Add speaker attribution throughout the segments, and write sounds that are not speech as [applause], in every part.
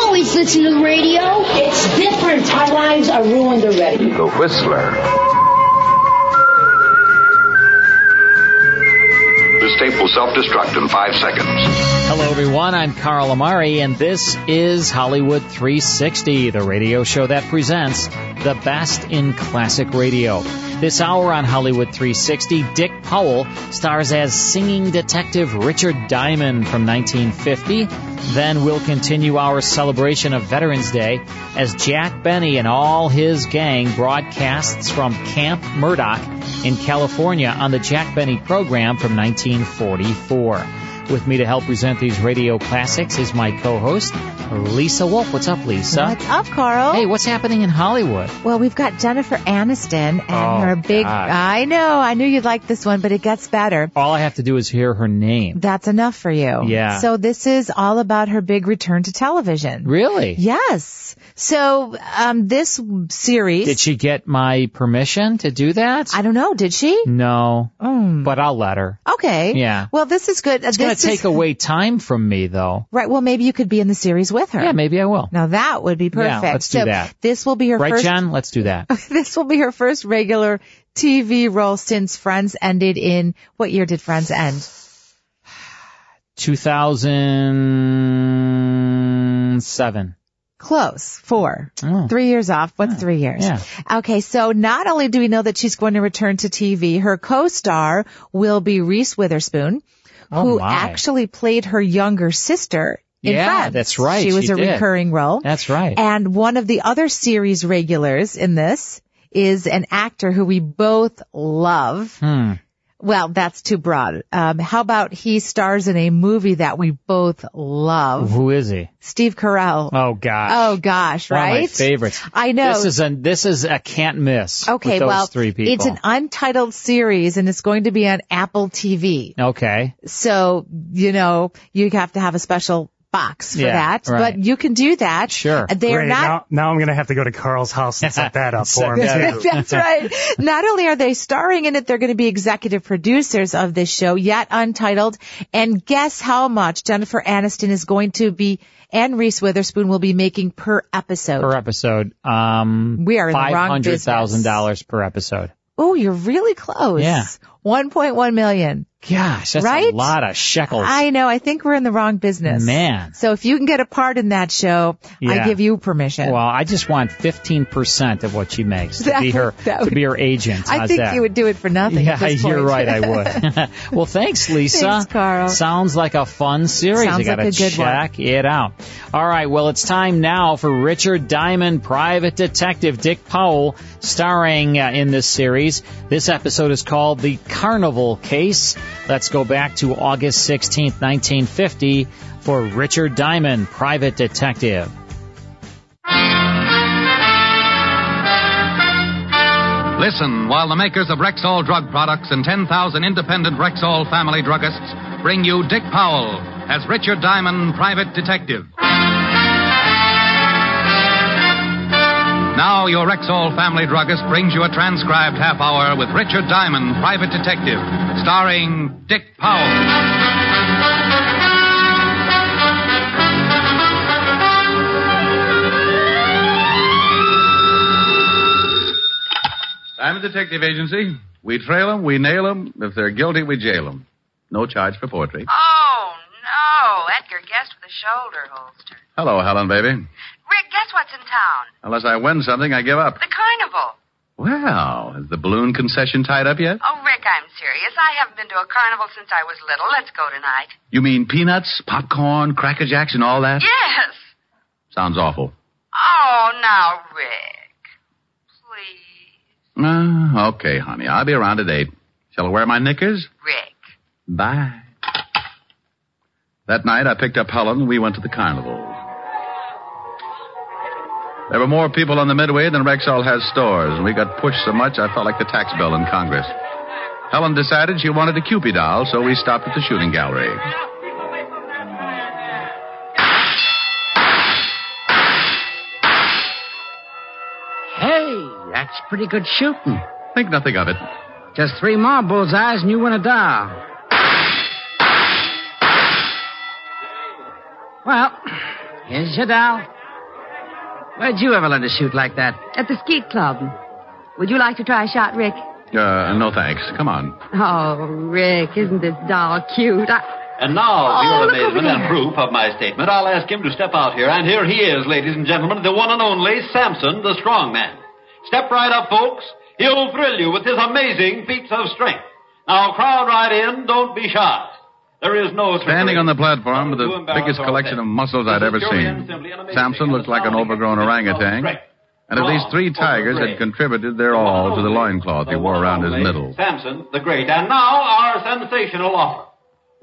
Speaker 1: always listen to the radio.
Speaker 2: It's different. Our lives are ruined already.
Speaker 3: The Whistler.
Speaker 4: This tape will self-destruct in five seconds.
Speaker 5: Hello, everyone. I'm Carl Amari, and this is Hollywood 360, the radio show that presents the best in classic radio. This hour on Hollywood 360, Dick Powell stars as singing detective Richard Diamond from 1950. Then we'll continue our celebration of Veterans Day as Jack Benny and all his gang broadcasts from Camp Murdoch in California on the Jack Benny program from 1944. With me to help present these radio classics is my co-host, Lisa Wolf. What's up, Lisa?
Speaker 6: What's up, Carl?
Speaker 5: Hey, what's happening in Hollywood?
Speaker 6: Well, we've got Jennifer Aniston and
Speaker 5: Oh,
Speaker 6: her big.
Speaker 5: God.
Speaker 6: I know, I knew you'd like this one, but it gets better.
Speaker 5: All I have to do is hear her name.
Speaker 6: That's enough for you.
Speaker 5: Yeah.
Speaker 6: So this is all about her big return to television.
Speaker 5: Really?
Speaker 6: Yes. So um, this series.
Speaker 5: Did she get my permission to do that?
Speaker 6: I don't know. Did she?
Speaker 5: no,
Speaker 6: Mm.
Speaker 5: but I'll let her.
Speaker 6: Okay.
Speaker 5: Yeah.
Speaker 6: Well, this is good.
Speaker 5: It's going to take away time from me, though.
Speaker 6: Right. Well, maybe you could be in the series with her.
Speaker 5: Yeah, maybe I will.
Speaker 6: Now that would be
Speaker 5: Yeah,
Speaker 6: perfect.
Speaker 5: let's do
Speaker 6: so
Speaker 5: that.
Speaker 6: This will be her
Speaker 5: Right,
Speaker 6: first
Speaker 5: John? Let's do that.
Speaker 6: [laughs] this will be her first regular TV role since Friends ended in what year did Friends end?
Speaker 5: 2007.
Speaker 6: Close. Four.
Speaker 5: Oh.
Speaker 6: Three years off. What's three years?
Speaker 5: yeah.
Speaker 6: Okay, so not only do we know that she's going to return to TV, her co-star will be Reese Witherspoon,
Speaker 5: Oh,
Speaker 6: who
Speaker 5: my.
Speaker 6: actually played her younger sister in
Speaker 5: Yeah,
Speaker 6: Friends.
Speaker 5: that's right,
Speaker 6: She was
Speaker 5: she
Speaker 6: a
Speaker 5: did.
Speaker 6: recurring role.
Speaker 5: That's right.
Speaker 6: Oh. And one of the other series regulars in this is an actor who we both love.
Speaker 5: Hmm.
Speaker 6: Well, that's too broad. Um, how about he stars in a movie that we both love?
Speaker 5: Who is he?
Speaker 6: Steve Carell.
Speaker 5: Oh, gosh.
Speaker 6: Oh, gosh,
Speaker 5: One
Speaker 6: right?
Speaker 5: of my favorites.
Speaker 6: I know.
Speaker 5: This is a this is a can't miss.
Speaker 6: okay,
Speaker 5: with those
Speaker 6: well,
Speaker 5: three people.
Speaker 6: it's an untitled series and it's going to be on Apple TV.
Speaker 5: okay.
Speaker 6: So, you know, you have to have a special box for
Speaker 5: Yeah,
Speaker 6: that,
Speaker 5: right.
Speaker 6: but you can do that.
Speaker 5: Sure.
Speaker 6: They are
Speaker 7: Great.
Speaker 6: not
Speaker 7: now, now I'm going to have to go to Carl's house and set that up
Speaker 6: [laughs]
Speaker 7: for him,
Speaker 5: Set
Speaker 7: too.
Speaker 6: That's right. Not only are they starring in it, they're going to be executive producers of this show, yet untitled. And guess how much Jennifer Aniston is going to be and Reese Witherspoon will be making per episode.
Speaker 5: Per episode, um,
Speaker 6: We are in the
Speaker 5: five
Speaker 6: wrong
Speaker 5: hundred
Speaker 6: business.
Speaker 5: thousand dollars per episode.
Speaker 6: oh, you're really close.
Speaker 5: Yeah.
Speaker 6: 1.1 million.
Speaker 5: Gosh, that's
Speaker 6: Right?
Speaker 5: a lot of shekels.
Speaker 6: I know. I think we're in the wrong business.
Speaker 5: Man.
Speaker 6: So if you can get a part in that show,
Speaker 5: Yeah.
Speaker 6: I give you permission.
Speaker 5: well, I just want fifteen percent of what she makes to
Speaker 6: That
Speaker 5: be
Speaker 6: would-
Speaker 5: her
Speaker 6: that
Speaker 5: to be her agent.
Speaker 6: I
Speaker 5: How's
Speaker 6: think
Speaker 5: that?
Speaker 6: you would do it for nothing.
Speaker 5: Yeah,
Speaker 6: at this
Speaker 5: [laughs] you're
Speaker 6: point.
Speaker 5: right. I
Speaker 6: [laughs]
Speaker 5: would. well, thanks, Lisa.
Speaker 6: Thanks, Carl.
Speaker 5: Sounds like a fun series.
Speaker 6: Sounds
Speaker 5: I gotta
Speaker 6: like a good one.
Speaker 5: check it out. All right. Well, it's time now for Richard Diamond, Private Detective Dick Powell, starring uh, in this series. This episode is called "The Carnival Case." Let's go back to August 16th, 1950, for Richard Diamond, Private Detective.
Speaker 8: Listen while the makers of Rexall drug products and 10,000 independent Rexall family druggists bring you Dick Powell as Richard Diamond, private detective. Now, your Rexall family druggist brings you a transcribed half hour with Richard Diamond, private detective, starring Dick Powell.
Speaker 9: I'm a detective agency. We trail 'em, we nail 'em. If they're guilty, we jail 'em. No charge for poetry.
Speaker 10: Oh, no. Edgar guessed with a shoulder holster.
Speaker 9: Hello, Helen, baby.
Speaker 10: Rick, guess what's in town?
Speaker 9: Unless I win something, I give up.
Speaker 10: The carnival.
Speaker 9: Well, is the balloon concession tied up yet?
Speaker 10: Oh, Rick, I'm serious. I haven't been to a carnival since I was little. Let's go tonight.
Speaker 9: You mean peanuts, popcorn, Cracker Jacks, and all that?
Speaker 10: Yes.
Speaker 9: Sounds awful.
Speaker 10: Oh, now, Rick. Please.
Speaker 9: Ah, okay, honey. I'll be around at 8. Shall I wear my knickers?
Speaker 10: Rick.
Speaker 9: Bye. That night, I picked up Helen and we went to the carnival. There were more people on the Midway than Rexall has stores, and we got pushed so much I felt like the tax bill in Congress. Helen decided she wanted a Cupid doll, so we stopped at the shooting gallery.
Speaker 5: Hey, that's pretty good shooting.
Speaker 9: Think nothing of it.
Speaker 5: Just three more bullseyes and you win a doll. Well, here's your doll. Where'd you ever learn to shoot like that?
Speaker 11: At the Skeet Club. Would you like to try a shot, Rick?
Speaker 9: Uh, no thanks. Come on.
Speaker 11: Oh, Rick, isn't this doll cute? I...
Speaker 12: And now,
Speaker 11: Oh,
Speaker 12: for
Speaker 11: look
Speaker 12: your
Speaker 11: over
Speaker 12: amazement and
Speaker 11: there.
Speaker 12: proof of my statement, I'll ask him to step out here. And here he is, ladies and gentlemen, the one and only Samson, the strong man. Step right up, folks. He'll thrill you with his amazing feats of strength. Now, crowd right in. Don't be shy. There is no...
Speaker 9: Standing on the platform with the biggest collection of muscles I'd ever seen, Samson looked like an overgrown orangutan, and at least three tigers had contributed their all to the loincloth he wore around his middle.
Speaker 12: Samson, the great. And now, our sensational offer.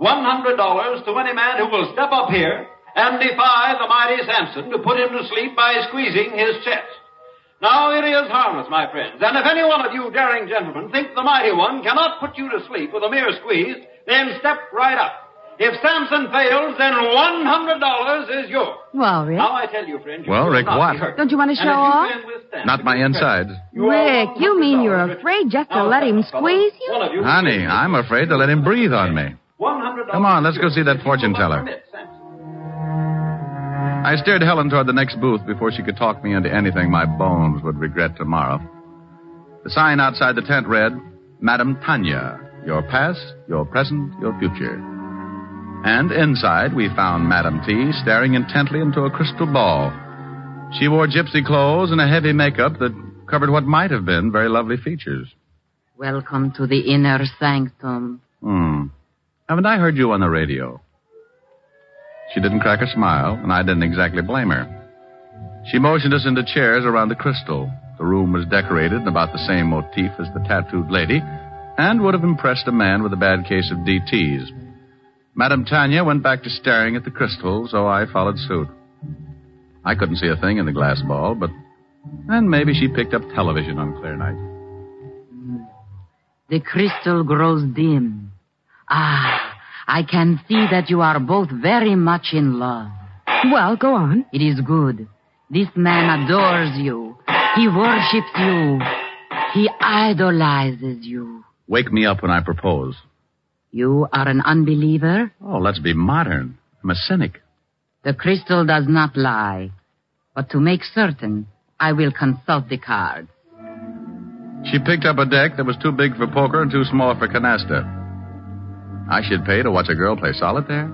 Speaker 12: $100 to any man who will step up here and defy the mighty Samson to put him to sleep by squeezing his chest. Now, it is harmless, my friends. And if any one of you daring gentlemen think the mighty one cannot put you to sleep with a mere squeeze, then step right up. If Samson fails, then $100 is yours.
Speaker 11: Well, Rick.
Speaker 12: Now, I tell you, friend, you
Speaker 9: Well,
Speaker 12: will
Speaker 9: Rick,
Speaker 12: not be
Speaker 9: what?
Speaker 12: hurt.
Speaker 11: Don't you want to
Speaker 12: And
Speaker 11: show
Speaker 12: if you
Speaker 11: off?
Speaker 9: Not my insides.
Speaker 11: Rick, you mean you're afraid just to let him squeeze you?
Speaker 9: Honey, I'm afraid to let him breathe on me.
Speaker 12: $100.
Speaker 9: Come on, let's go see that fortune teller. I steered Helen toward the next booth before she could talk me into anything my bones would regret tomorrow. The sign outside the tent read, Madam Tanya, your past, your present, your future. And inside, we found Madam T staring intently into a crystal ball. She wore gypsy clothes and a heavy makeup that covered what might have been very lovely features.
Speaker 13: Welcome to the inner sanctum.
Speaker 9: Hmm. Haven't I heard you on the radio? She didn't crack a smile, and I didn't exactly blame her. She motioned us into chairs around the crystal. The room was decorated in about the same motif as the tattooed lady, and would have impressed a man with a bad case of DTs. Madame Tanya went back to staring at the crystal, so I followed suit. I couldn't see a thing in the glass ball, but then maybe she picked up television on clear nights.
Speaker 13: The crystal grows dim. Ah, I can see that you are both very much in love. Well, go on. It is good. This man adores you. He worships you. He idolizes you.
Speaker 9: Wake me up when I propose.
Speaker 13: You are an unbeliever.
Speaker 9: Oh, let's be modern. I'm a cynic.
Speaker 13: The crystal does not lie. But to make certain, I will consult the cards.
Speaker 9: She picked up a deck that was too big for poker and too small for canasta. I should pay to watch a girl play solitaire.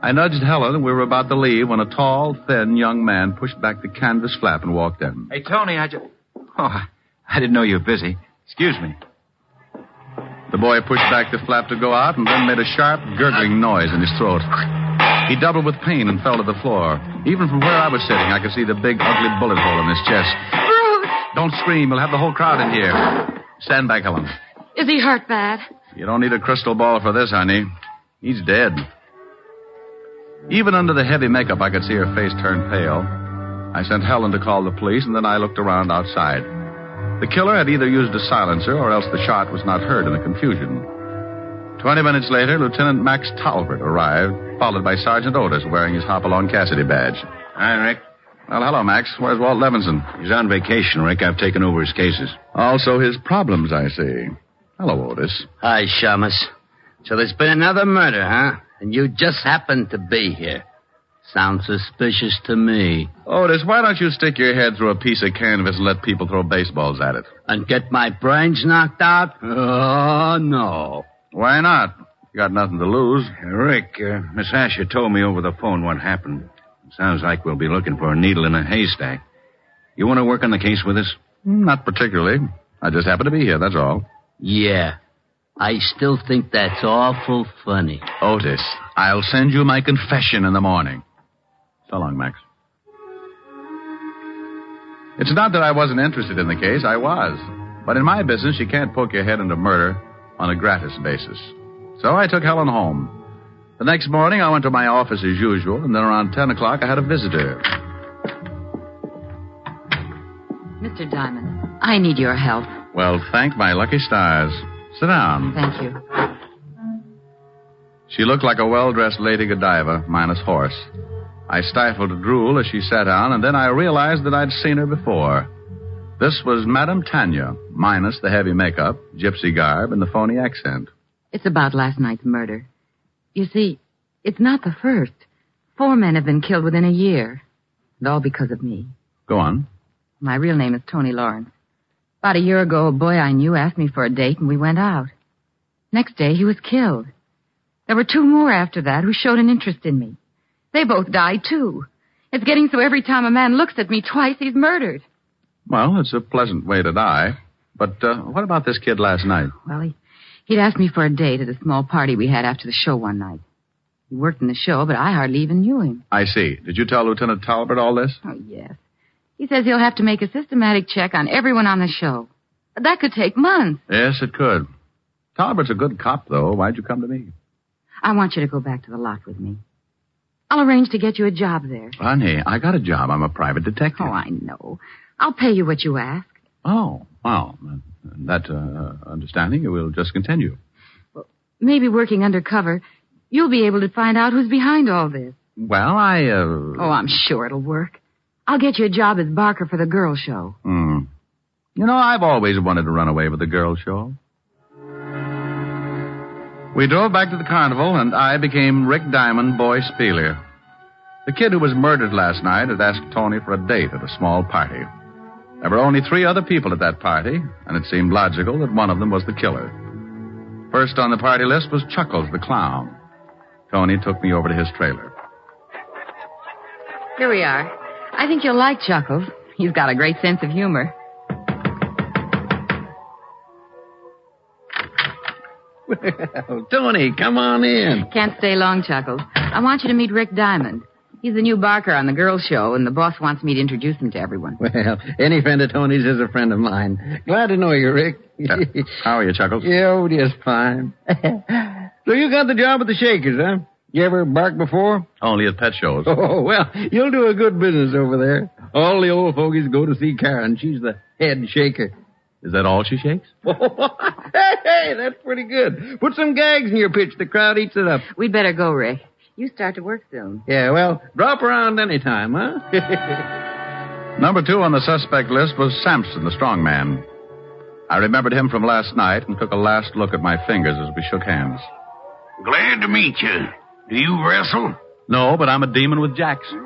Speaker 9: I nudged Helen, and we were about to leave when a tall, thin young man pushed back the canvas flap and walked in.
Speaker 14: Hey, Tony, I just. Oh, I didn't know you were busy. Excuse me.
Speaker 9: The boy pushed back the flap to go out and then made a sharp, gurgling noise in his throat. He doubled with pain and fell to the floor. Even from where I was sitting, I could see the big, ugly bullet hole in his chest. Don't scream. We'll have the whole crowd in here. Stand back, Helen.
Speaker 15: Is he hurt bad?
Speaker 9: You don't need a crystal ball for this, honey. He's dead. Even under the heavy makeup, I could see her face turn pale. I sent Helen to call the police, and then I looked around outside. The killer had either used a silencer or else the shot was not heard in the confusion. Twenty minutes later, Lieutenant Max Talbert arrived, followed by Sergeant Otis wearing his Hopalong Cassidy badge.
Speaker 16: Hi, Rick.
Speaker 9: Well, hello, Max. Where's Walt Levinson?
Speaker 16: He's on vacation, Rick. I've taken over his cases.
Speaker 9: Also, his problems, I see. Hello, Otis.
Speaker 17: Hi, Shamus. So there's been another murder, huh? And you just happened to be here. Sounds suspicious to me.
Speaker 9: Otis, why don't you stick your head through a piece of canvas and let people throw baseballs at it?
Speaker 17: And get my brains knocked out? Oh, no.
Speaker 9: Why not? You got nothing to lose.
Speaker 16: Rick, uh, Miss Asher told me over the phone what happened. Sounds like we'll be looking for a needle in a haystack. You want to work on the case with us?
Speaker 9: Not particularly. I just happen to be here, that's all.
Speaker 17: Yeah. I still think that's awful funny.
Speaker 9: Otis, I'll send you my confession in the morning. So long, Max. It's not that I wasn't interested in the case, I was. But in my business, you can't poke your head into murder on a gratis basis. So I took Helen home. The next morning, I went to my office as usual, and then around 10 o'clock, I had a visitor.
Speaker 13: Mr. Diamond, I need your help.
Speaker 9: Well, thank my lucky stars. Sit down.
Speaker 13: Thank you.
Speaker 9: She looked like a well dressed Lady Godiva, minus horse. I stifled a drool as she sat down, and then I realized that I'd seen her before. This was Madame Tanya, minus the heavy makeup, gypsy garb, and the phony accent.
Speaker 13: It's about last night's murder. You see, it's not the first. Four men have been killed within a year. And all because of me.
Speaker 9: Go on.
Speaker 13: My real name is Tony Lawrence. About a year ago, a boy I knew asked me for a date and we went out. Next day, he was killed. There were two more after that who showed an interest in me. They both died too. It's getting so every time a man looks at me twice, he's murdered.
Speaker 9: Well, it's a pleasant way to die. But uh, what about this kid last night?
Speaker 13: Well, he, he'd asked me for a date at a small party we had after the show one night. He worked in the show, but I hardly even knew him.
Speaker 9: I see. Did you tell Lieutenant Talbert all this?
Speaker 13: Oh, yes. He says he'll have to make a systematic check on everyone on the show. That could take months.
Speaker 9: Yes, it could. Talbert's a good cop, though. Why'd you come to me?
Speaker 13: I want you to go back to the lot with me. I'll arrange to get you a job there.
Speaker 9: Honey, I got a job. I'm a private detective.
Speaker 13: Oh, I know. I'll pay you what you ask.
Speaker 9: Oh, wow. That uh, understanding will just continue.
Speaker 13: Well, maybe working undercover, you'll be able to find out who's behind all this.
Speaker 9: Well, I. Uh...
Speaker 13: Oh, I'm sure it'll work. I'll get you a job as barker for the girl show.
Speaker 9: Hmm. You know, I've always wanted to run away with the girl show. We drove back to the carnival, and I became Rick Diamond Boy Spieler. The kid who was murdered last night had asked Tony for a date at a small party. There were only three other people at that party, and it seemed logical that one of them was the killer. First on the party list was Chuckles the clown. Tony took me over to his trailer.
Speaker 13: Here we are. I think you'll like Chuckles. He's got a great sense of humor.
Speaker 12: [laughs] Well, Tony, come on in.
Speaker 13: Can't stay long, Chuckles. I want you to meet Rick Diamond. He's the new barker on the girls' show, and the boss wants me to introduce him to everyone.
Speaker 12: Well, any friend of Tony's is a friend of mine. Glad to know you, Rick.
Speaker 9: Yeah. How are you,
Speaker 12: [laughs]
Speaker 9: Chuckles?
Speaker 12: Yeah, oh, just fine. [laughs] so you got the job at the Shakers, huh? You ever barked before?
Speaker 9: Only at pet [laughs] shows.
Speaker 12: [laughs] Oh, well, you'll do a good business over there. All the old fogies go to see Karen. She's the head shaker.
Speaker 9: Is that all she shakes?
Speaker 12: hey, [laughs] hey, that's pretty good. Put some gags in your pitch. The crowd eats it up.
Speaker 13: We'd better go, Rick. You start to work soon.
Speaker 12: Yeah, well, [laughs] drop around any time, huh?
Speaker 9: Number two on the suspect list was Sampson, the strong man. I remembered him from last night and took a last look at my fingers as we shook hands.
Speaker 18: Glad to meet you. Do you wrestle?
Speaker 9: No, but I'm a demon with jacks.
Speaker 18: Oh,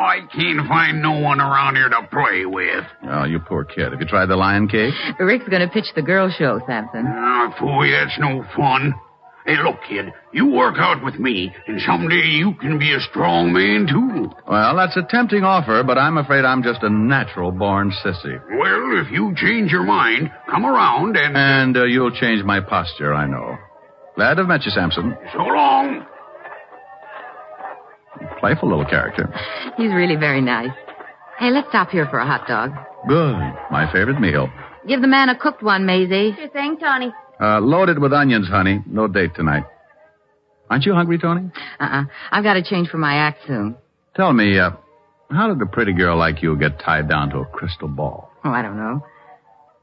Speaker 18: I can't find no one around here to play with.
Speaker 9: Oh, you poor kid. Have you tried the lion cake?
Speaker 13: Rick's going to pitch the girl show, Sampson.
Speaker 18: Oh, boy, that's no fun. Hey, look, kid, you work out with me, and someday you can be a strong man, too.
Speaker 9: Well, that's a tempting offer, but I'm afraid I'm just a natural born sissy.
Speaker 18: Well, if you change your mind, come around and.
Speaker 9: And uh, you'll change my posture, I know. Glad to have met you, Sampson.
Speaker 18: So long
Speaker 9: playful little character.
Speaker 13: He's really very nice. Hey, let's stop here for a hot dog.
Speaker 9: Good. My favorite meal.
Speaker 13: Give the man a cooked one, Maisie.
Speaker 1: Sure thing, Tony.
Speaker 9: Uh, loaded with onions, honey. No date tonight. Aren't you hungry, Tony?
Speaker 13: Uh-uh. I've got to change for my act soon.
Speaker 9: Tell me, uh, how did a pretty girl like you get tied down to a crystal ball?
Speaker 13: Oh, I don't know.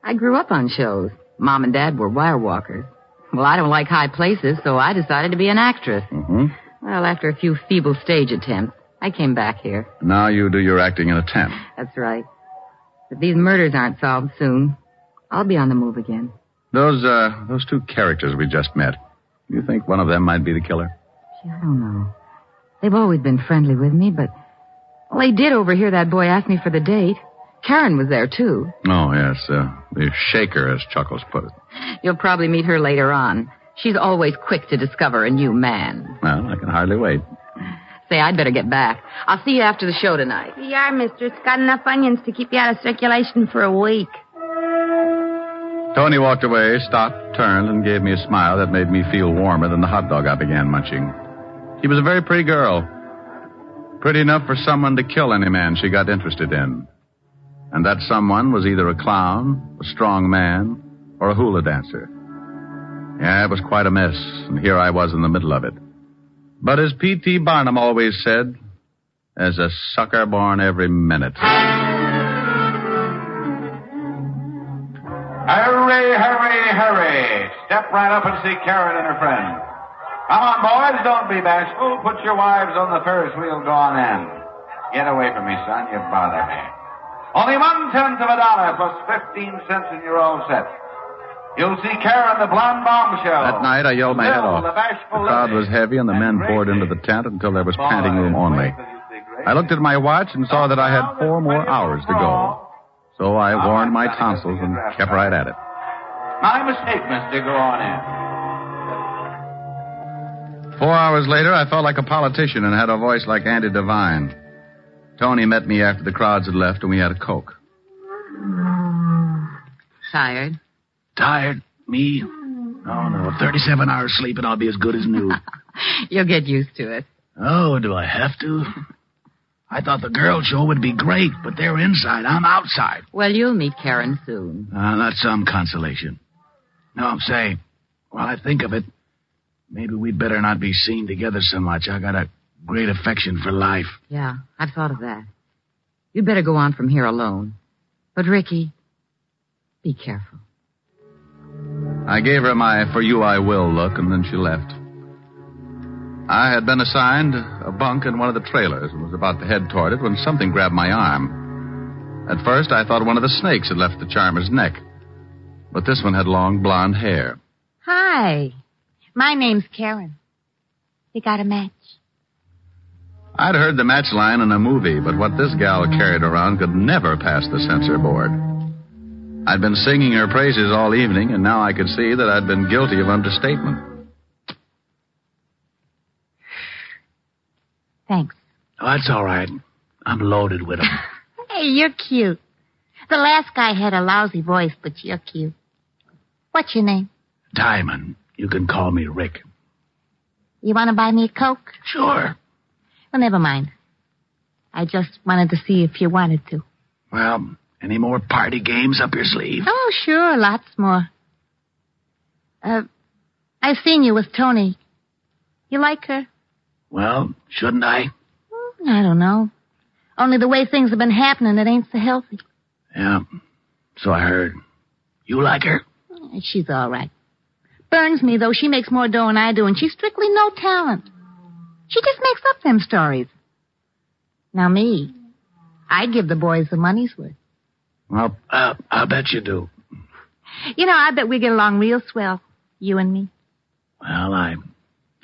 Speaker 13: I grew up on shows. Mom and Dad were wire walkers. Well, I don't like high places, so I decided to be an actress.
Speaker 9: Mm-hmm.
Speaker 13: Well, after a few feeble stage attempts, I came back here.
Speaker 9: Now you do your acting in a tent.
Speaker 13: That's right. If these murders aren't solved soon, I'll be on the move again.
Speaker 9: Those uh, those two characters we just met. You think one of them might be the killer?
Speaker 13: Gee, I don't know. Oh, They've always been friendly with me, but well, they did overhear that boy ask me for the date. Karen was there too.
Speaker 9: Oh yes, uh, the shaker, as Chuckles put it.
Speaker 13: You'll probably meet her later on. She's always quick to discover a new man.
Speaker 9: Well, I can hardly wait.
Speaker 13: Say, I'd better get back. I'll see you after the show tonight.
Speaker 1: Yeah, mistress. Got enough onions to keep you out of circulation for a week.
Speaker 9: Tony walked away, stopped, turned, and gave me a smile that made me feel warmer than the hot dog I began munching. She was a very pretty girl. Pretty enough for someone to kill any man she got interested in. And that someone was either a clown, a strong man, or a hula dancer. Yeah, it was quite a mess, and here I was in the middle of it. But as P.T. Barnum always said, there's a sucker born every minute.
Speaker 19: Hurry, hurry, hurry. Step right up and see Karen and her friend. Come on, boys. Don't be bashful. Put your wives on the Ferris wheel. Go on in. Get away from me, son. You bother me. Only one tenth of a dollar plus 15 cents and you're all set. You'll see Karen, the blonde bombshell.
Speaker 9: That night, I yelled my head
Speaker 19: Bill,
Speaker 9: off.
Speaker 19: The
Speaker 9: The
Speaker 12: Oh,
Speaker 19: bashful
Speaker 9: crowd
Speaker 19: lady.
Speaker 9: was heavy, and the men poured into the tent until there was panting room only. I looked at my watch and saw that I had four more hours to go. So I warmed my tonsils and kept right at it.
Speaker 19: My mistake, mister. Go on in.
Speaker 9: Four hours later, I felt like a politician and had a voice like Andy Devine. Tony met me after the crowds had left, and we had a Coke.
Speaker 3: Tired?
Speaker 20: Tired? Me? No, no. 37 hours sleep and I'll be as good as new.
Speaker 3: [laughs] You'll get used to it.
Speaker 20: oh, do I have to? I thought the girl show would be great, but they're inside. I'm outside.
Speaker 13: Well, you'll meet Karen soon.
Speaker 20: Ah, that's some consolation. No, I'm saying, while I think of it, maybe we'd better not be seen together so much. I got a great affection for life.
Speaker 13: Yeah, I've thought of that. You'd better go on from here alone. But, Ricky, be careful.
Speaker 9: I gave her my for you I will look, and then she left. I had been assigned a bunk in one of the trailers and was about to head toward it when something grabbed my arm. At first, I thought one of the snakes had left the charmer's neck, but this one had long blonde hair.
Speaker 1: Hi. My name's Karen. You got a match?
Speaker 9: I'd heard the match line in a movie, but what this gal carried around could never pass the censor board. I'd been singing her praises all evening, and now I could see that I'd been guilty of understatement.
Speaker 1: Thanks.
Speaker 20: Oh, that's all right. I'm loaded with
Speaker 3: [laughs]
Speaker 20: 'em.
Speaker 1: Hey, you're cute. The last guy had a lousy voice, but you're cute. What's your name?
Speaker 20: Diamond, you can call me Rick.
Speaker 1: You want to buy me a Coke?
Speaker 20: Sure.
Speaker 1: Well, never mind. I just wanted to see if you wanted to.
Speaker 20: Well, any more party games up your sleeve?
Speaker 1: Oh, sure, lots more. Uh, I've seen you with Tony. You like her?
Speaker 20: Well, shouldn't I?
Speaker 1: I don't know. Only the way things have been happening, it ain't so healthy.
Speaker 20: Yeah. So I heard. You like her?
Speaker 1: She's all right. Burns me, though. She makes more dough than I do, and she's strictly no talent. She just makes up them stories. Now, me, I give the boys the money's worth.
Speaker 20: Well, uh, I bet you do.
Speaker 1: You know, I bet we get along real swell, you and me.
Speaker 20: Well, I,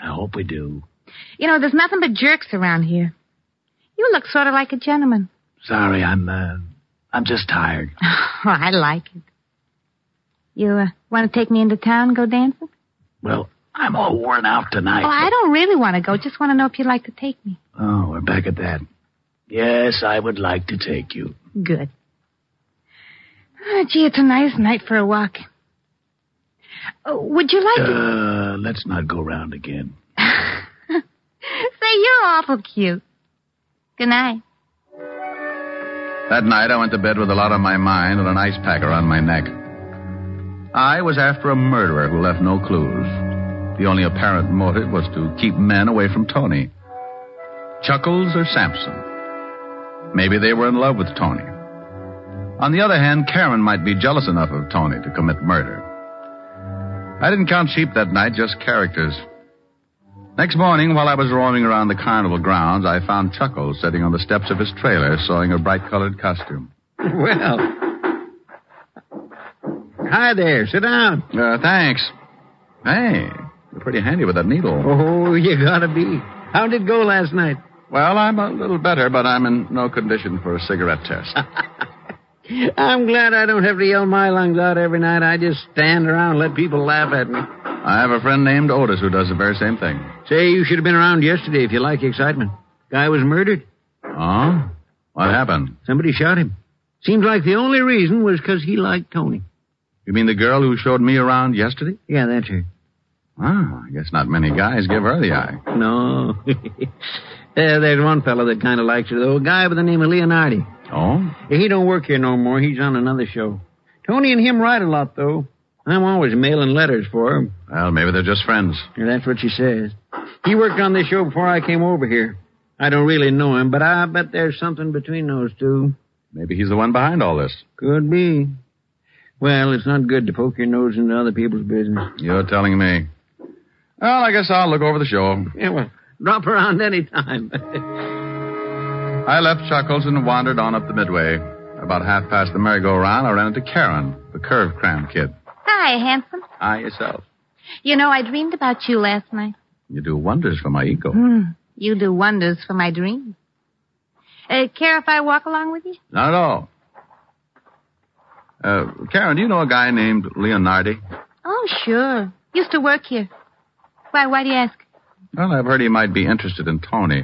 Speaker 20: I hope we do.
Speaker 1: You know, there's nothing but jerks around here. You look sort of like a gentleman. [laughs]
Speaker 20: Sorry, I'm, uh, I'm just tired.
Speaker 1: Oh, I like it. You uh, want to take me into town, go dancing?
Speaker 20: Well, I'm all worn out tonight.
Speaker 1: oh, I don't really want to go. Just want to know if you'd like to take me.
Speaker 20: Oh, we're back at that. Yes, I would like to take you.
Speaker 1: Good. Ah, gee, it's a nice night for a walk. Oh, would you like to
Speaker 20: Uh, let's not go round again.
Speaker 1: say you're awful cute? Good night.
Speaker 9: That night, I went to bed with a lot on my mind and an ice pack around my neck. I was after a murderer who left no clues. The only apparent motive was to keep men away from Tony. Chuckles or Samson? Maybe they were in love with Tony. On the other hand, Karen might be jealous enough of Tony to commit murder. I didn't count sheep that night, just characters. Next morning, while I was roaming around the carnival grounds, I found Chuckles sitting on the steps of his trailer, sewing a bright colored costume.
Speaker 12: [laughs] Well. Hi there. Sit down.
Speaker 9: Uh, thanks. Hey, you're pretty handy with that needle.
Speaker 12: Oh, you gotta be. How did it go last night?
Speaker 9: Well, I'm a little better, but I'm in no condition for a cigarette
Speaker 21: [laughs]
Speaker 9: test.
Speaker 12: I'm glad I don't have to yell my lungs out every night. I just stand around and let people laugh at me.
Speaker 9: I have a friend named Otis who does the very same thing.
Speaker 12: Say, you should have been around yesterday if you like excitement. Guy was murdered.
Speaker 9: Oh? What happened?
Speaker 12: Somebody shot him. Seems like the only reason was 'cause he liked Tony.
Speaker 9: You mean the girl who showed me around yesterday?
Speaker 12: Yeah, that's her.
Speaker 9: Ah, I guess not many guys give her the eye.
Speaker 12: No. [laughs] yeah, there's one fellow that kind of likes her, though. A guy by the name of Leonardi.
Speaker 9: Oh?
Speaker 12: He don't work here no more. He's on another show. Tony and him ride a lot, though. I'm always mailing letters for him.
Speaker 9: Well, maybe they're just friends.
Speaker 12: Yeah, that's what she says. He worked on this show before I came over here. I don't really know him, but I bet there's something between those two.
Speaker 9: Maybe he's the one behind all this.
Speaker 12: Could be.
Speaker 21: Well, it's not good to poke your nose into other people's
Speaker 12: [laughs]
Speaker 21: business.
Speaker 9: You're telling me. Well, I guess I'll look over the show.
Speaker 21: Yeah, well, drop around any time.
Speaker 9: I left Chuckles and wandered on up the midway. About half past the merry-go-round, I ran into Karen, the curve cram kid.
Speaker 1: Hi, handsome.
Speaker 9: I yourself.
Speaker 1: You know, I dreamed about you last night.
Speaker 9: You do wonders for my ego.
Speaker 1: You do wonders for my dreams. Uh, care if I walk along with you?
Speaker 9: Not at all. Uh, Karen, do you know a guy named Leonardi?
Speaker 1: Oh, sure. Used to work here. Why, why do you ask?
Speaker 9: Well, I've heard he might be interested in Tony.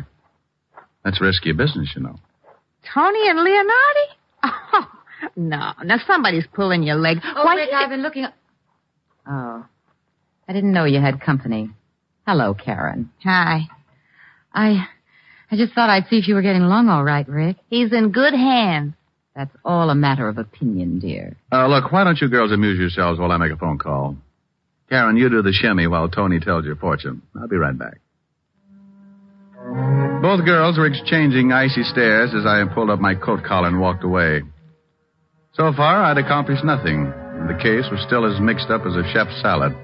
Speaker 9: That's risky business, you know.
Speaker 1: Tony and Leonardi? [laughs] Oh, no. Now somebody's pulling your leg.
Speaker 11: Oh,
Speaker 1: Why
Speaker 11: Rick,
Speaker 1: did-
Speaker 11: I've been looking.
Speaker 13: Oh. I didn't know you had company. Hello, Karen.
Speaker 1: Hi.
Speaker 13: I I just thought I'd see if you were getting along all right, Rick.
Speaker 1: He's in good hands.
Speaker 13: That's all a matter of opinion, dear.
Speaker 9: Uh, look, why don't you girls amuse yourselves while I make a phone call? Karen, you do the shimmy while Tony tells your fortune. I'll be right back. Both girls were exchanging icy stares as I pulled up my coat collar and walked away. So far, I'd accomplished nothing, and the case was still as mixed up as a chef's salad.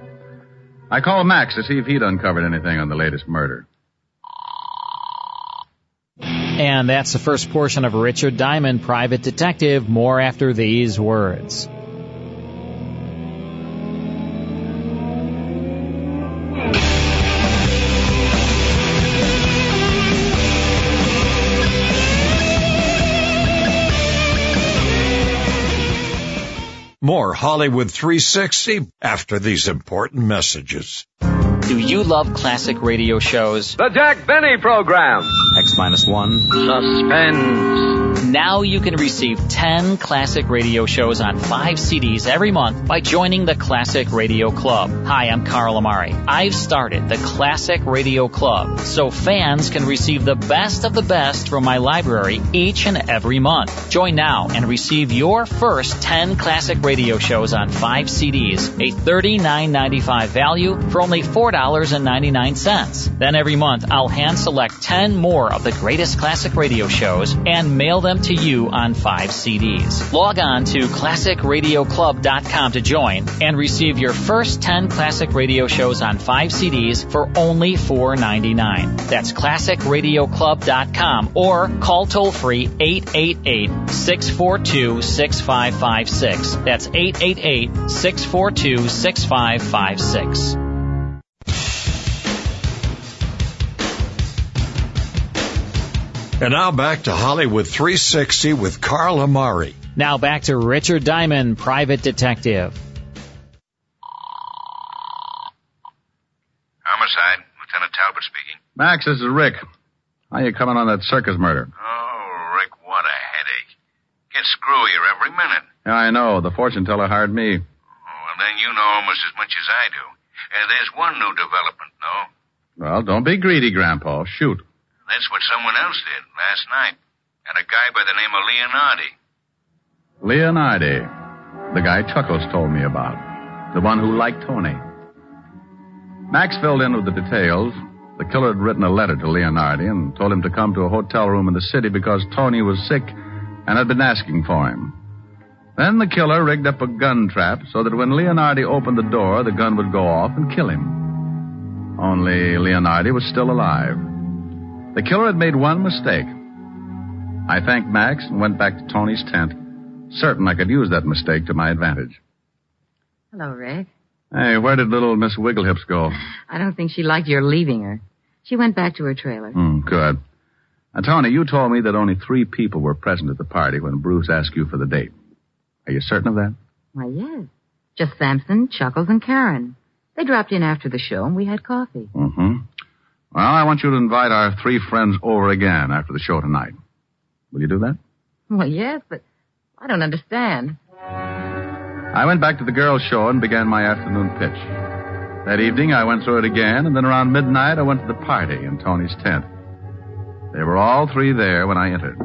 Speaker 9: I called Max to see if he'd uncovered anything on the latest murder.
Speaker 5: And that's the first portion of Richard Diamond, Private Detective. More after these words.
Speaker 22: More Hollywood 360 after these important messages.
Speaker 5: Do you love classic radio shows?
Speaker 23: The Jack Benny Program.
Speaker 5: X minus one.
Speaker 23: Suspense.
Speaker 5: Now you can receive 10 classic radio shows on 5 CDs every month by joining the Classic Radio Club. Hi, I'm Carl Amari. I've started the Classic Radio Club so fans can receive the best of the best from my library each and every month. Join now and receive your first 10 classic radio shows on 5 CDs, a $39.95 value for only $4.99. Then every month I'll hand select 10 more of the greatest classic radio shows and mail them to you on 5 CDs. Log on to classicradioclub.com to join and receive your first 10 classic radio shows on 5 CDs for only $4.99. That's classicradioclub.com or call toll free 888-642-6556. That's 888-642-6556.
Speaker 22: And now back to Hollywood 360 with Carl Amari.
Speaker 5: Now back to Richard Diamond, private detective.
Speaker 16: Homicide, Lieutenant Talbot speaking.
Speaker 9: Max, this is Rick. How you coming on that circus murder?
Speaker 16: Oh, Rick, what a headache. Gets screwier every minute.
Speaker 9: Yeah, I know. The fortune teller hired me.
Speaker 16: Well, then you know almost as much as I do. Uh, there's one new development, though.
Speaker 9: Well, don't be greedy, Grandpa. Shoot.
Speaker 16: That's what someone else did last night. And a guy by the name of Leonardi.
Speaker 9: Leonardi, the guy Chuckles told me about, the one who liked Tony. Max filled in with the details. The killer had written a letter to Leonardi and told him to come to a hotel room in the city because Tony was sick and had been asking for him. Then the killer rigged up a gun trap so that when Leonardi opened the door, the gun would go off and kill him. Only Leonardi was still alive. The killer had made one mistake. I thanked Max and went back to Tony's tent certain I could use that mistake to my advantage.
Speaker 13: Hello, Rick.
Speaker 9: Hey, where did little Miss Wigglehips go?
Speaker 13: I don't think she liked your leaving her. She went back to her trailer.
Speaker 9: Hmm, good. Now, Tony, you told me that only three people were present at the party when Bruce asked you for the date. Are you certain of that?
Speaker 13: Why, yes. Just Samson, Chuckles, and Karen. They dropped in after the show and we had coffee.
Speaker 1: Mm.
Speaker 9: Mm-hmm. Well, I want you to invite our three friends over again after the show tonight. Will you do that?
Speaker 13: Well, yes, but I don't understand.
Speaker 9: I went back to the girls' show and began my afternoon pitch. That evening, I went through it again, and then around midnight, I went to the party in Tony's tent. They were all three there when I entered.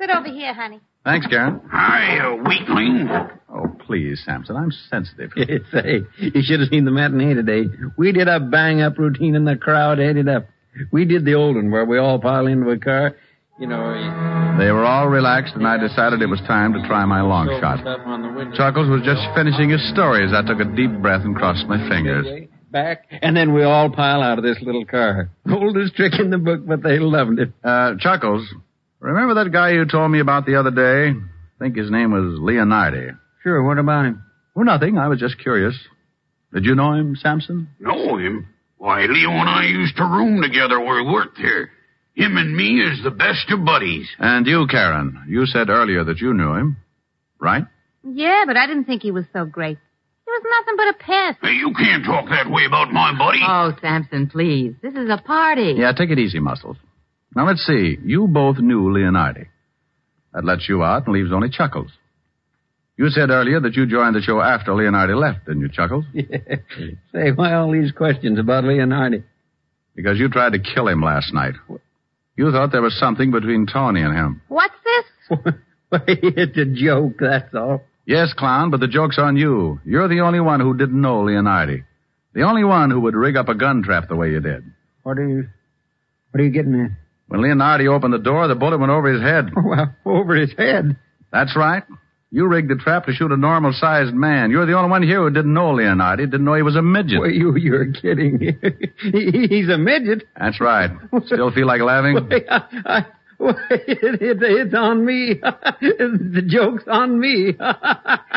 Speaker 1: Sit over here, honey.
Speaker 9: Thanks, Karen.
Speaker 18: Hi, you weakling.
Speaker 9: Oh, please, Samson. I'm sensitive.
Speaker 21: Say, you should have seen the matinee today. We did a bang up routine and the crowd ate it up. We did the old one where we all pile into a car. You know,
Speaker 9: They were all relaxed, and I decided it was time to try my long shot. Chuckles was just finishing his story as I took a deep breath and crossed my fingers.
Speaker 24: Back, and then we all pile out of this little car. Oldest trick in the book, but they loved it.
Speaker 9: Uh, Chuckles, remember that guy you told me about the other day? I think his name was Leonardi.
Speaker 24: Sure, what about him?
Speaker 9: Well, nothing. I was just curious. Did you know him, Sampson?
Speaker 18: Know him? Why, Leo and I used to room together where we worked here. Him and me is the best of buddies.
Speaker 9: And you, Karen, you said earlier that you knew him, right?
Speaker 1: Yeah, but I didn't think he was so great. He was nothing but a pest.
Speaker 18: Hey, you can't talk that way about my buddy.
Speaker 13: Oh, Samson, please. This is a party.
Speaker 9: Yeah, take it easy, Muscles. Now let's see. You both knew Leonardi. That lets you out and leaves only Chuckles. You said earlier that you joined the show after Leonardi left, didn't you, Chuckles?
Speaker 24: [laughs] Say, why all these questions about Leonardi?
Speaker 9: Because you tried to kill him last night. You thought there was something between Tony and him.
Speaker 1: What's this?
Speaker 24: [laughs] it's a joke, that's all.
Speaker 9: Yes, clown, but the joke's on you. You're the only one who didn't know Leonardi. The only one who would rig up a gun trap the way you did.
Speaker 24: What are you, what are you getting at? [laughs]
Speaker 9: When Leonardi opened the door, the bullet went over his head.
Speaker 24: Well, over his head.
Speaker 9: That's right. You rigged the trap to shoot a normal sized man. You're the only one here who didn't know Leonardi, didn't know he was a midget.
Speaker 24: Well, you, you're kidding. He- He's a midget.
Speaker 9: That's right. Still feel
Speaker 24: [laughs]
Speaker 9: like laughing?
Speaker 24: Why, I, I, why, it, it, it's on me. [laughs] the joke's on me. [laughs]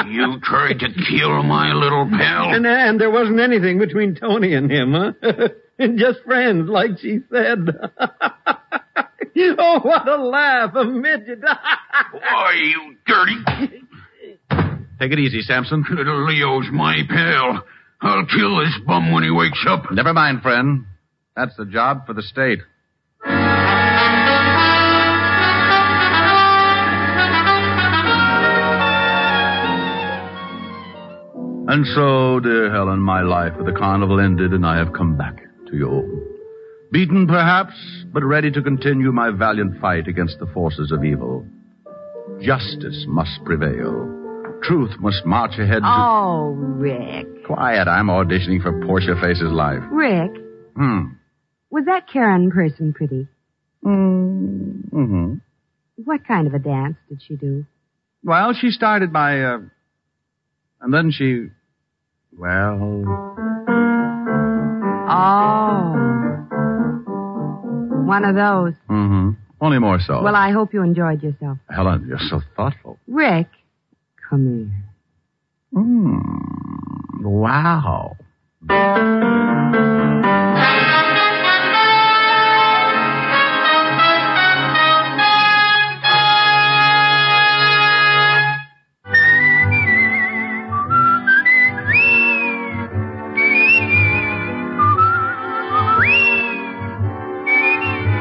Speaker 18: You tried to kill my little pal.
Speaker 24: and, and there wasn't anything between Tony and him, huh? [laughs] Just friends, like she said. [laughs] oh, what a laugh, a midget. [laughs]
Speaker 18: Why, you dirty.
Speaker 9: Take it easy, Sampson.
Speaker 18: Little Leo's my pal. I'll kill this bum when he wakes up.
Speaker 9: Never mind, friend. That's the job for the state. And so, dear Helen, my life at the carnival ended, and I have come back to your home. Beaten, perhaps, but ready to continue my valiant fight against the forces of evil. Justice must prevail. Truth must march ahead. To...
Speaker 13: Oh, Rick.
Speaker 9: Quiet, I'm auditioning for Portia Face's life.
Speaker 11: Rick,
Speaker 9: Hmm.
Speaker 11: was that Karen person pretty?
Speaker 9: Mm-hmm.
Speaker 11: What kind of a dance did she do?
Speaker 9: Well, she started by, uh, and then she, well,
Speaker 11: Oh. One of those.
Speaker 9: mm-hmm. Only more so.
Speaker 11: Well, I hope you enjoyed yourself.
Speaker 9: Helen, you're so thoughtful.
Speaker 11: Rick, come
Speaker 9: here. Mm. Wow.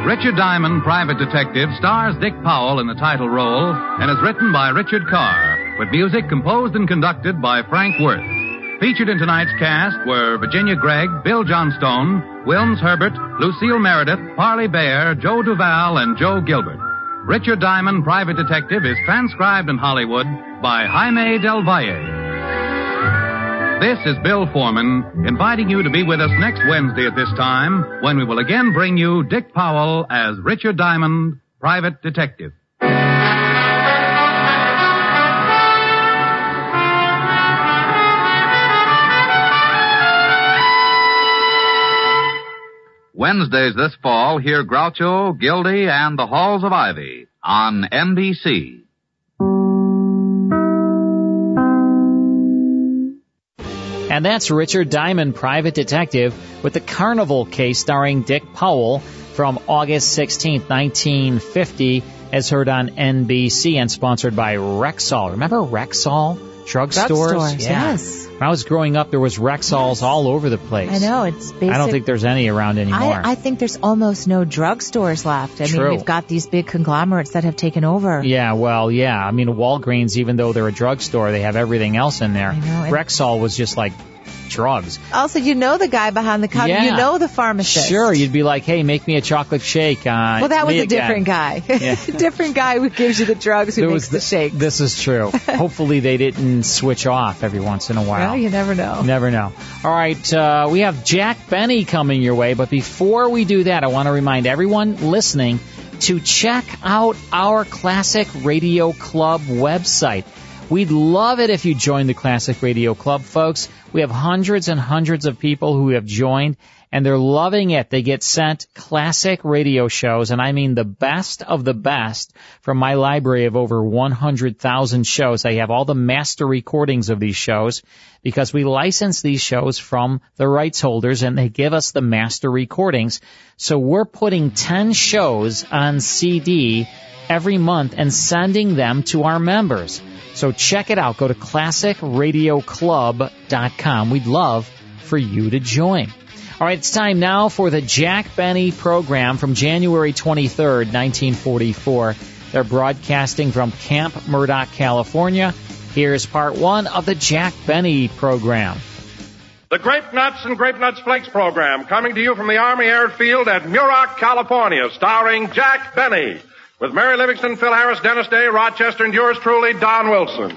Speaker 8: Richard Diamond, Private Detective, stars Dick Powell in the title role and is written by Richard Carr, with music composed and conducted by Frank Worth. Featured in tonight's cast were Virginia Gregg, Bill Johnstone, Wilms Herbert, Lucille Meredith, Parley Bear, Joe Duval, and Joe Gilbert. Richard Diamond, Private Detective, is transcribed in Hollywood by Jaime Del Valle. This is Bill Foreman inviting you to be with us next Wednesday at this time when we will again bring you Dick Powell as Richard Diamond, Private Detective.
Speaker 2: Wednesdays this fall, hear Groucho, Gildy, and the Halls of Ivy on NBC.
Speaker 5: And that's Richard Diamond, Private Detective, with the Carnival case starring Dick Powell from August 16, 1950, as heard on NBC and sponsored by Rexall. Remember Rexall? Drug
Speaker 6: stores,
Speaker 5: Yeah.
Speaker 6: yes.
Speaker 5: When I was growing up, there was Rexalls all over the place.
Speaker 6: I know it's basic.
Speaker 5: I don't think there's any around anymore.
Speaker 6: I, I think there's almost no drugstores left. I
Speaker 5: True.
Speaker 6: mean, we've got these big conglomerates that have taken over.
Speaker 5: Yeah, well, yeah. I mean, Walgreens, even though they're a drugstore, they have everything else in there.
Speaker 6: know, and-
Speaker 5: Rexall was just like drugs.
Speaker 6: Also, you know the guy behind the counter.
Speaker 5: Yeah.
Speaker 6: You know the pharmacist.
Speaker 5: Sure, you'd be like, hey, make me a chocolate shake. Uh,
Speaker 6: Well, that was
Speaker 5: me
Speaker 6: a
Speaker 5: again.
Speaker 6: different guy. [laughs]
Speaker 5: Yeah.
Speaker 6: different guy who gives you the drugs, who
Speaker 5: There
Speaker 6: makes
Speaker 5: was
Speaker 6: the, shake.
Speaker 5: This is
Speaker 6: [laughs]
Speaker 5: true. Hopefully, they didn't switch off every once in a while.
Speaker 6: Well, you never know.
Speaker 5: Never know. All right, uh, we have Jack Benny coming your way, but before we do that, I want to remind everyone listening to check out our Classic Radio Club website. We'd love it if you joined the Classic Radio Club, folks. We have hundreds and hundreds of people who have joined and they're loving it. They get sent classic radio shows, and I mean the best of the best from my library of over 100,000 shows. I have all the master recordings of these shows because we license these shows from the rights holders and they give us the master recordings. So we're putting 10 shows on CD every month and sending them to our members. So check it out. Go to classicradioclub.com. We'd love for you to join. All right, it's time now for the Jack Benny program from January 23rd, 1944. They're broadcasting from Camp Murdoch, California. Here's part one of the Jack Benny program.
Speaker 4: The Grape Nuts and Grape Nuts Flakes program coming to you from the Army Airfield at Muroc, California, starring Jack Benny. With Mary Livingston, Phil Harris, Dennis Day, Rochester, and yours truly, Don Wilson.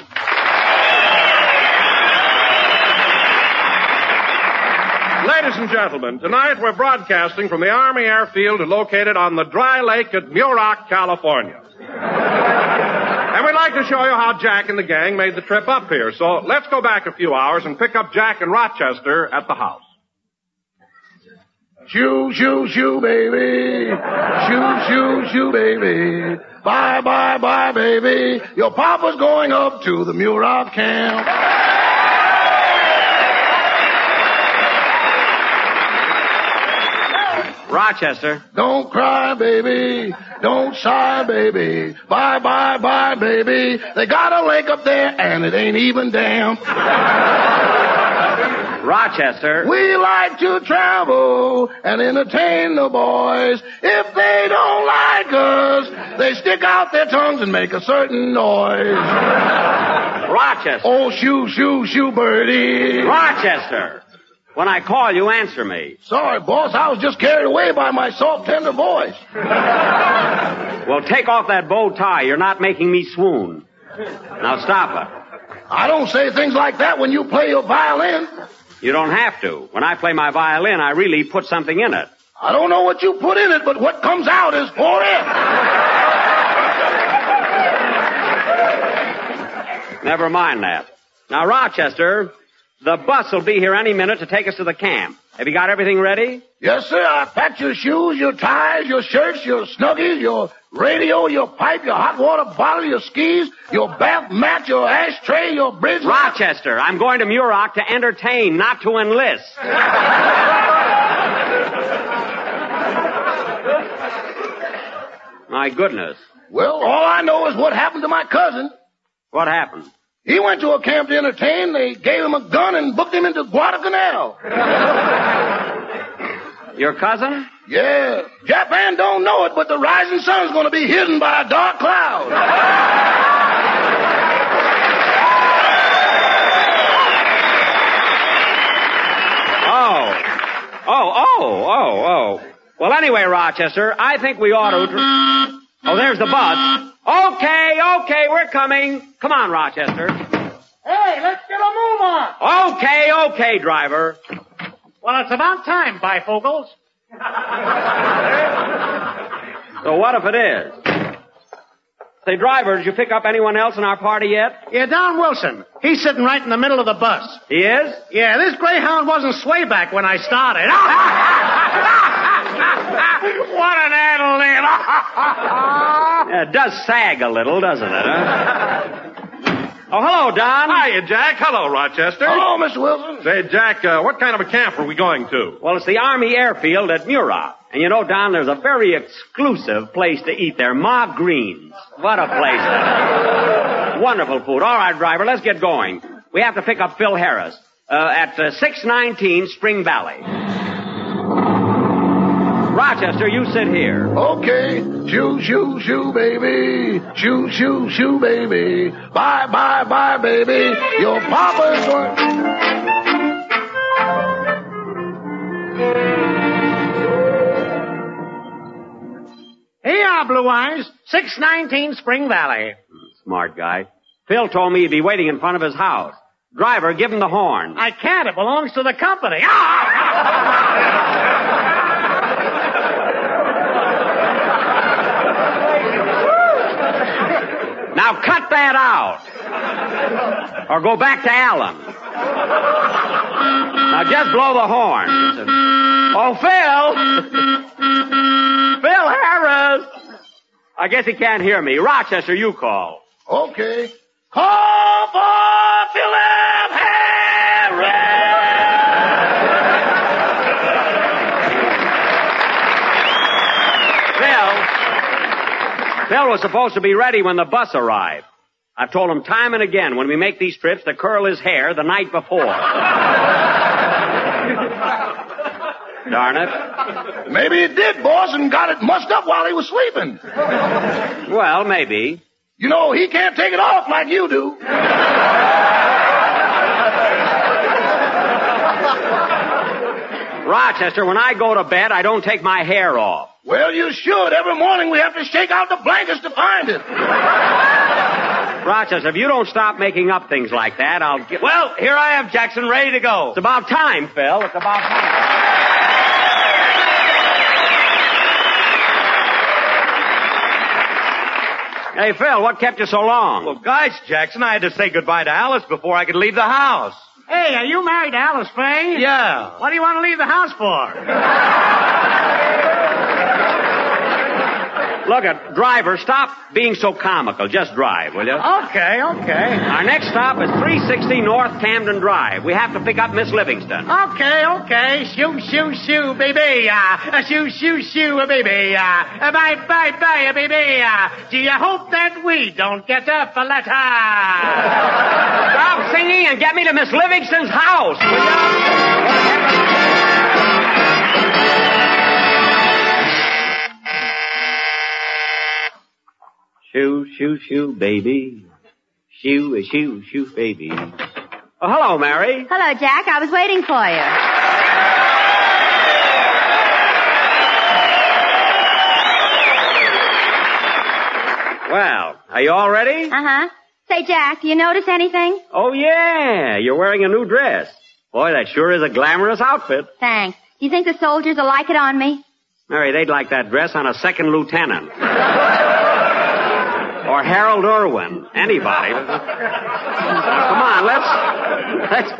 Speaker 4: Ladies and gentlemen, tonight we're broadcasting from the Army Airfield located on the dry lake at Muroc, California. and we'd like to show you how Jack and the gang made the trip up here, so let's go back a few hours and pick up Jack and Rochester at the house.
Speaker 18: Shoo, shoo, shoo, baby. Shoo, shoo, shoo, baby. Bye, bye, bye, baby. Your papa's going up to the Muroc camp.
Speaker 7: Rochester.
Speaker 18: Don't cry, baby. Don't sigh, baby. Bye, bye, bye, baby. They got a lake up there and it ain't even damp.
Speaker 7: Rochester.
Speaker 18: We like to travel and entertain the boys. If they don't like us, they stick out their tongues and make a certain noise.
Speaker 7: Rochester.
Speaker 18: Oh, shoo, shoo, shoo, birdie.
Speaker 7: Rochester. When I call you, answer me.
Speaker 18: Sorry, boss. I was just carried away by my soft, tender voice.
Speaker 7: [laughs] Well, take off that bow tie. You're not making me swoon. Now stop it.
Speaker 18: I don't say things like that when you play your violin.
Speaker 7: You don't have to. When I play my violin, I really put something in it.
Speaker 18: I don't know what you put in it, but what comes out is for it.
Speaker 7: Never mind that. Now, Rochester, the bus will be here any minute to take us to the camp. Have you got everything ready?
Speaker 18: Yes, sir. I packed your shoes, your ties, your shirts, your snuggies, your radio, your pipe, your hot water bottle, your skis, your bath mat, your ashtray, your bridge.
Speaker 7: Rochester, I'm going to Muroc to entertain, not to enlist. My goodness.
Speaker 18: Well, all I know is what happened to my cousin.
Speaker 7: What happened?
Speaker 18: He went to a camp to entertain. They gave him a gun and booked him into Guadalcanal.
Speaker 7: Your cousin?
Speaker 18: Yeah. Japan don't know it, but the rising sun's going to be hidden by a dark cloud.
Speaker 7: oh. Oh, oh, oh, oh. Well, anyway, Rochester, I think we ought to. Dr- oh, there's the bus. Okay, okay, we're coming. Come on, Rochester.
Speaker 10: Hey, let's get a move
Speaker 7: on. Okay, okay, driver.
Speaker 10: Well, it's about time, bifocals.
Speaker 7: so what if it is? Say, driver, did you pick up anyone else in our party yet?
Speaker 10: Yeah, Don Wilson. He's sitting right in the middle of the bus.
Speaker 7: He is?
Speaker 10: Yeah, this greyhound wasn't sway back when I started. [laughs] what an [laughs] adolescent.
Speaker 7: It does sag a little, doesn't it, huh? oh, hello, Don.
Speaker 4: Hiya, Jack. Hello, Rochester.
Speaker 18: Hello, Mr. Wilson.
Speaker 4: Say, Jack, uh, what kind of a camp are we going to?
Speaker 7: Well, it's the Army Airfield at Murat. And you know, Don, there's a very exclusive place to eat there, Ma Greens. What a place. Wonderful food. All right, driver, let's get going. We have to pick up Phil Harris uh, at uh, 619 Spring Valley. Rochester, you sit here.
Speaker 18: Okay. Shoo, shoo, shoo, baby. Shoo, shoo, shoo, baby. Bye, bye, bye, baby. Your papa's going.
Speaker 10: Hey, are, Blue Eyes. 619 Spring Valley.
Speaker 7: Smart guy. Phil told me he'd be waiting in front of his house. Driver, give him the horn.
Speaker 10: I can't. It belongs to the company. [laughs] Ah!
Speaker 7: Cut that out. Or go back to Allen. Now just blow the horn. Oh, Phil! [laughs] Phil Harris! I guess he can't hear me. Rochester, you call.
Speaker 18: Okay. Call for Philip
Speaker 7: Phil! Phil was supposed to be ready when the bus arrived. I've told him time and again when we make these trips to curl his hair the night before. Darn it.
Speaker 18: Maybe he did, boss, and got it mussed up while he was sleeping.
Speaker 7: Well, maybe.
Speaker 18: You know, he can't take it off like you do.
Speaker 7: Rochester, when I go to bed, I don't take my hair off.
Speaker 18: Well, you should. Every morning we have to shake out the blankets to find it.
Speaker 7: Rochester, if you don't stop making up things like that, I'll get. Well, here I am, Jackson, ready to go. It's about time, Phil. It's about time. Hey, Phil, what kept you so long?
Speaker 19: Well, guys, Jackson, I had to say goodbye to Alice before I could leave the house.
Speaker 10: Hey, are you married to Alice Faye?
Speaker 19: Yeah.
Speaker 10: What do you want to leave the house for? [laughs]
Speaker 7: Look, at driver, stop being so comical. Just drive, will you?
Speaker 10: Okay, okay.
Speaker 7: Our next stop is 360 North Camden Drive. We have to pick up Miss Livingston.
Speaker 10: Okay, okay. Shoo, shoo, shoo, baby. Uh, shoo, shoo, shoo, uh, baby. Uh, uh, bye, bye, bye, uh, baby. Uh, do you hope that we don't get a [laughs] letter?
Speaker 7: Stop singing and get me to Miss Livingston's house. will you? Shoo, shoo, shoo, baby. Shoo, uh, shoo, shoo, baby. Oh, hello, Mary.
Speaker 25: Hello, Jack. I was waiting for you.
Speaker 7: Well, are you all ready?
Speaker 25: Uh huh. Say, Jack, do you notice anything?
Speaker 7: Oh, yeah. You're wearing a new dress. Boy, that sure is a glamorous outfit.
Speaker 25: Thanks. Do you think the soldiers will like it on me?
Speaker 7: Mary, they'd like that dress on a second lieutenant. or Harold Irwin. Anybody. Come on, let's, let's,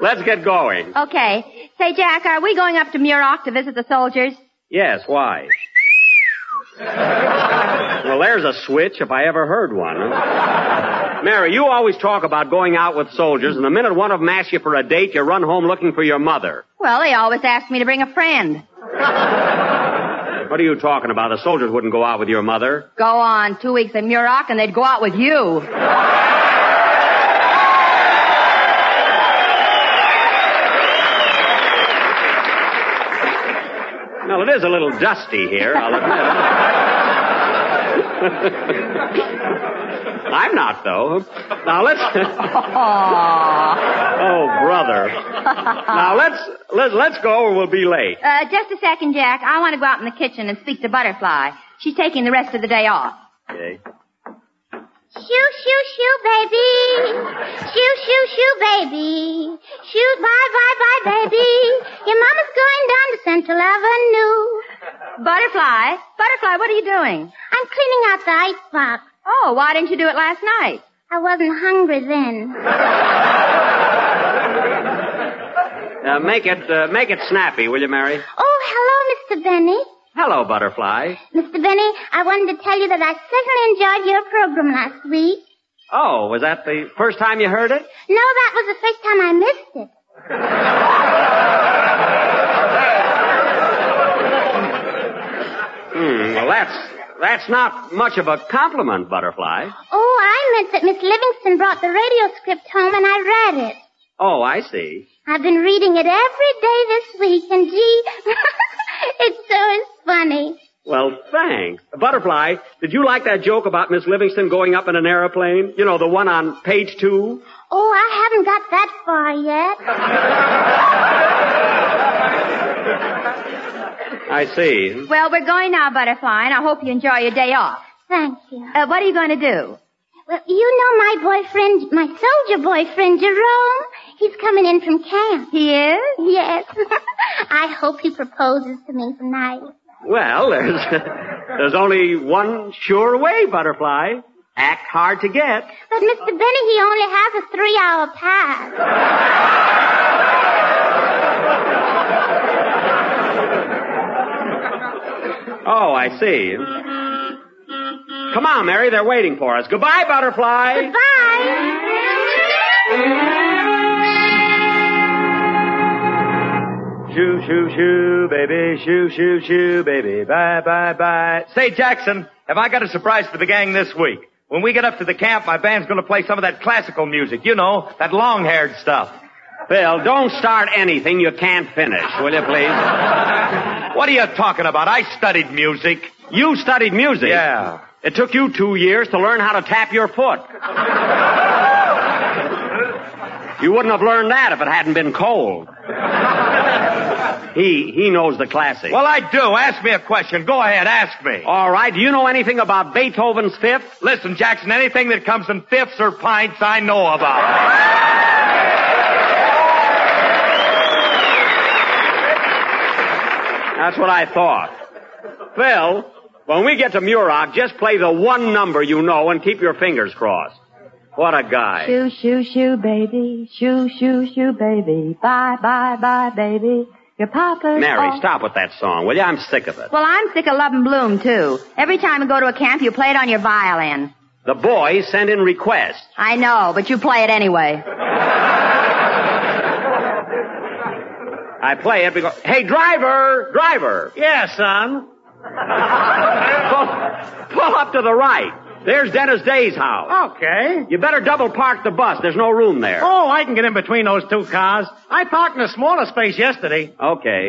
Speaker 7: let's get going.
Speaker 25: Okay. Say, Jack, are we going up to Muroc to visit the soldiers?
Speaker 7: Yes, why? well, there's a switch if I ever heard one. Mary, you always talk about going out with soldiers, and the minute one of them asks you for a date, you run home looking for your mother.
Speaker 25: Well, they always ask me to bring a friend.
Speaker 7: What are you talking about? The soldiers wouldn't go out with your mother.
Speaker 25: Go on, two weeks in Muroc and they'd go out with you.
Speaker 7: Well, it is a little dusty here, I'll admit. [laughs] I'm not, though. Now let's. [laughs] oh, brother. [laughs] Now let's, let's let's go or we'll be late.
Speaker 25: Uh, just a second, Jack. I want to go out in the kitchen and speak to Butterfly. She's taking the rest of the day off.
Speaker 7: Okay.
Speaker 26: Shoo, shoo, shoo, baby. Shoo, shoo, shoo, baby. Shoo, bye, bye, bye, baby. Your mama's going down to Central Avenue.
Speaker 25: Butterfly? Butterfly, what are you doing?
Speaker 26: I'm cleaning out the icebox.
Speaker 25: Oh, why didn't you do it last night?
Speaker 26: I wasn't hungry then.
Speaker 7: Uh, make it uh, make it snappy, will you, Mary?
Speaker 26: Oh, hello, Mr. Benny.
Speaker 7: Hello, butterfly.
Speaker 26: Mr. Benny, I wanted to tell you that I certainly enjoyed your program last week.
Speaker 7: Oh, was that the first time you heard it?
Speaker 26: No, that was the first time I missed it.
Speaker 7: Hmm. Well, that's that's not much of a compliment, butterfly.
Speaker 26: Oh, I meant that Miss Livingston brought the radio script home and I read it.
Speaker 7: Oh, I see.
Speaker 26: I've been reading it every day this week, and gee, [laughs] it's so funny.
Speaker 7: Well, thanks. Butterfly, did you like that joke about Miss Livingston going up in an airplane? You know, the one on page two?
Speaker 26: Oh, I haven't got that far yet.
Speaker 7: I see.
Speaker 25: Well, we're going now, Butterfly, and I hope you enjoy your day off.
Speaker 26: Thank you.
Speaker 25: Uh, what are you going to do?
Speaker 26: Well, you know my boyfriend, my soldier boyfriend, Jerome. He's coming in from camp.
Speaker 25: He is?
Speaker 26: Yes. [laughs] I hope he proposes to me tonight.
Speaker 19: [laughs]
Speaker 7: Well, there's, there's only one sure way, butterfly. Act hard to get.
Speaker 26: But Mr. Benny, he only has a three-hour pass.
Speaker 7: Oh, I see. Come on, Mary, they're waiting for us. Goodbye, butterfly. Shoo, shoo, shoo, baby, shoo, shoo, shoo, baby, bye, bye, bye.
Speaker 19: Say, Jackson, have I got a surprise for the gang this week? When we get up to the camp, my band's gonna play some of that classical music. You know, that long-haired stuff.
Speaker 7: Bill, don't start anything you can't finish, will you please?
Speaker 19: What are you talking about? I studied music.
Speaker 7: You studied music?
Speaker 19: Yeah.
Speaker 7: It took you two years to learn how to tap your foot. You wouldn't have learned that if it hadn't
Speaker 19: [laughs]
Speaker 7: been cold. He, he knows the classics.
Speaker 19: Well, I do. Ask me a question. Go ahead, ask me.
Speaker 7: All right. Do you know anything about Beethoven's fifth?
Speaker 19: Listen, Jackson, anything that comes in fifths or pints, I know about.
Speaker 7: That's what I thought. Phil, when we get to Muroc, just play the one number you know and keep your fingers crossed. What a guy.
Speaker 3: Shoo, shoo, shoo, baby. Shoo, shoo, shoo, baby. Bye, bye, bye, baby. Your papa's
Speaker 7: Mary,
Speaker 3: all-
Speaker 7: stop with that song, will you? I'm sick of it.
Speaker 25: Well, I'm sick of Love and Bloom, too. Every time we go to a camp, you play it on your violin.
Speaker 7: The boys send in requests.
Speaker 25: I know, but you play it anyway.
Speaker 7: I play it because, hey, driver, driver. Yes, son. pull, pull up to the right. There's Dennis Day's house.
Speaker 12: Okay.
Speaker 7: You better double park the bus. There's no room there.
Speaker 12: Oh, I can get in between those two cars. I parked in a smaller space yesterday.
Speaker 7: Okay.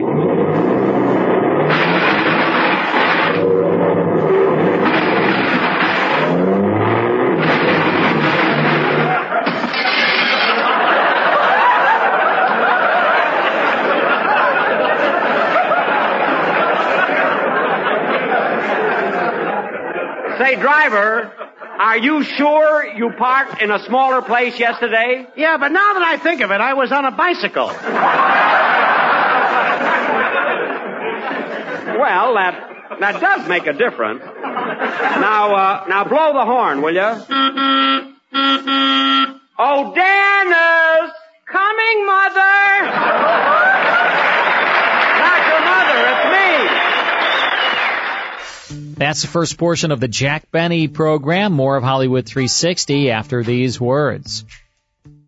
Speaker 7: Say, driver, are you sure you parked in a smaller place yesterday?
Speaker 12: Yeah, but now that I think of it, I was on a bicycle.
Speaker 7: Well, that that does make a difference. Now, uh, now blow the horn, will you? Oh, Dennis, coming, mother. Not your mother, it's me.
Speaker 5: That's the first portion of the Jack Benny program. More of Hollywood 360 after these words.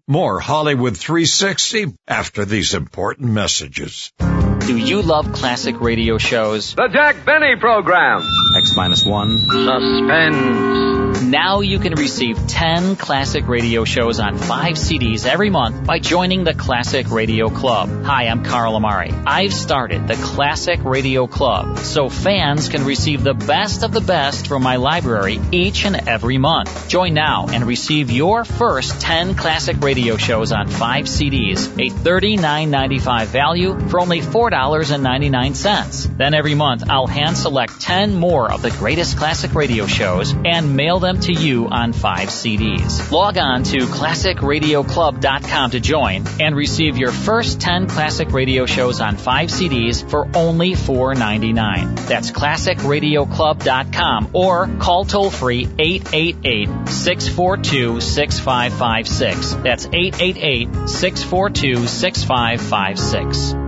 Speaker 22: More Hollywood 360 after these important messages.
Speaker 5: Do you love classic radio shows?
Speaker 23: The Jack Benny Program.
Speaker 5: X minus one.
Speaker 23: Suspense.
Speaker 5: Now you can receive 10 classic radio shows on 5 CDs every month by joining the Classic Radio Club. Hi, I'm Carl Amari. I've started the Classic Radio Club so fans can receive the best of the best from my library each and every month. Join now and receive your first 10 classic radio shows on 5 CDs, a $39.95 value for only $4.99. Then every month I'll hand select 10 more of the greatest classic radio shows and mail them to you on 5 CDs. Log on to classicradioclub.com to join and receive your first 10 classic radio shows on 5 CDs for only $4.99. That's classicradioclub.com or call toll free 888-642-6556. That's 888-642-6556.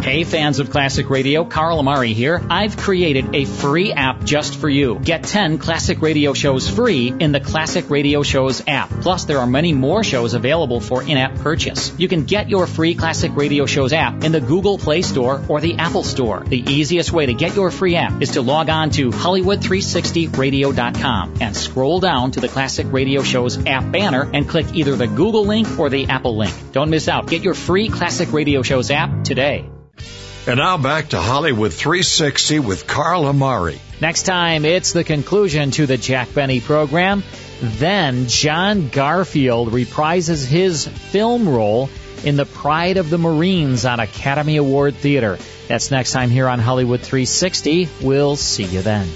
Speaker 5: Hey fans of classic radio, Carl Amari here. I've created a free app just for you. Get 10 classic radio shows free in the Classic Radio Shows app. Plus, there are many more shows available for in-app purchase. You can get your free Classic Radio Shows app in the Google Play Store or the Apple Store. The easiest way to get your free app is to log on to Hollywood360radio.com and scroll down to the Classic Radio Shows app banner and click either the Google link or the Apple link. Don't miss out. Get your free Classic Radio Shows app today.
Speaker 22: And now back to Hollywood 360 with Carl Amari.
Speaker 5: Next time, it's the conclusion to the Jack Benny program. Then John Garfield reprises his film role in The Pride of the Marines on Academy Award Theater. That's next time here on Hollywood 360. We'll see you then.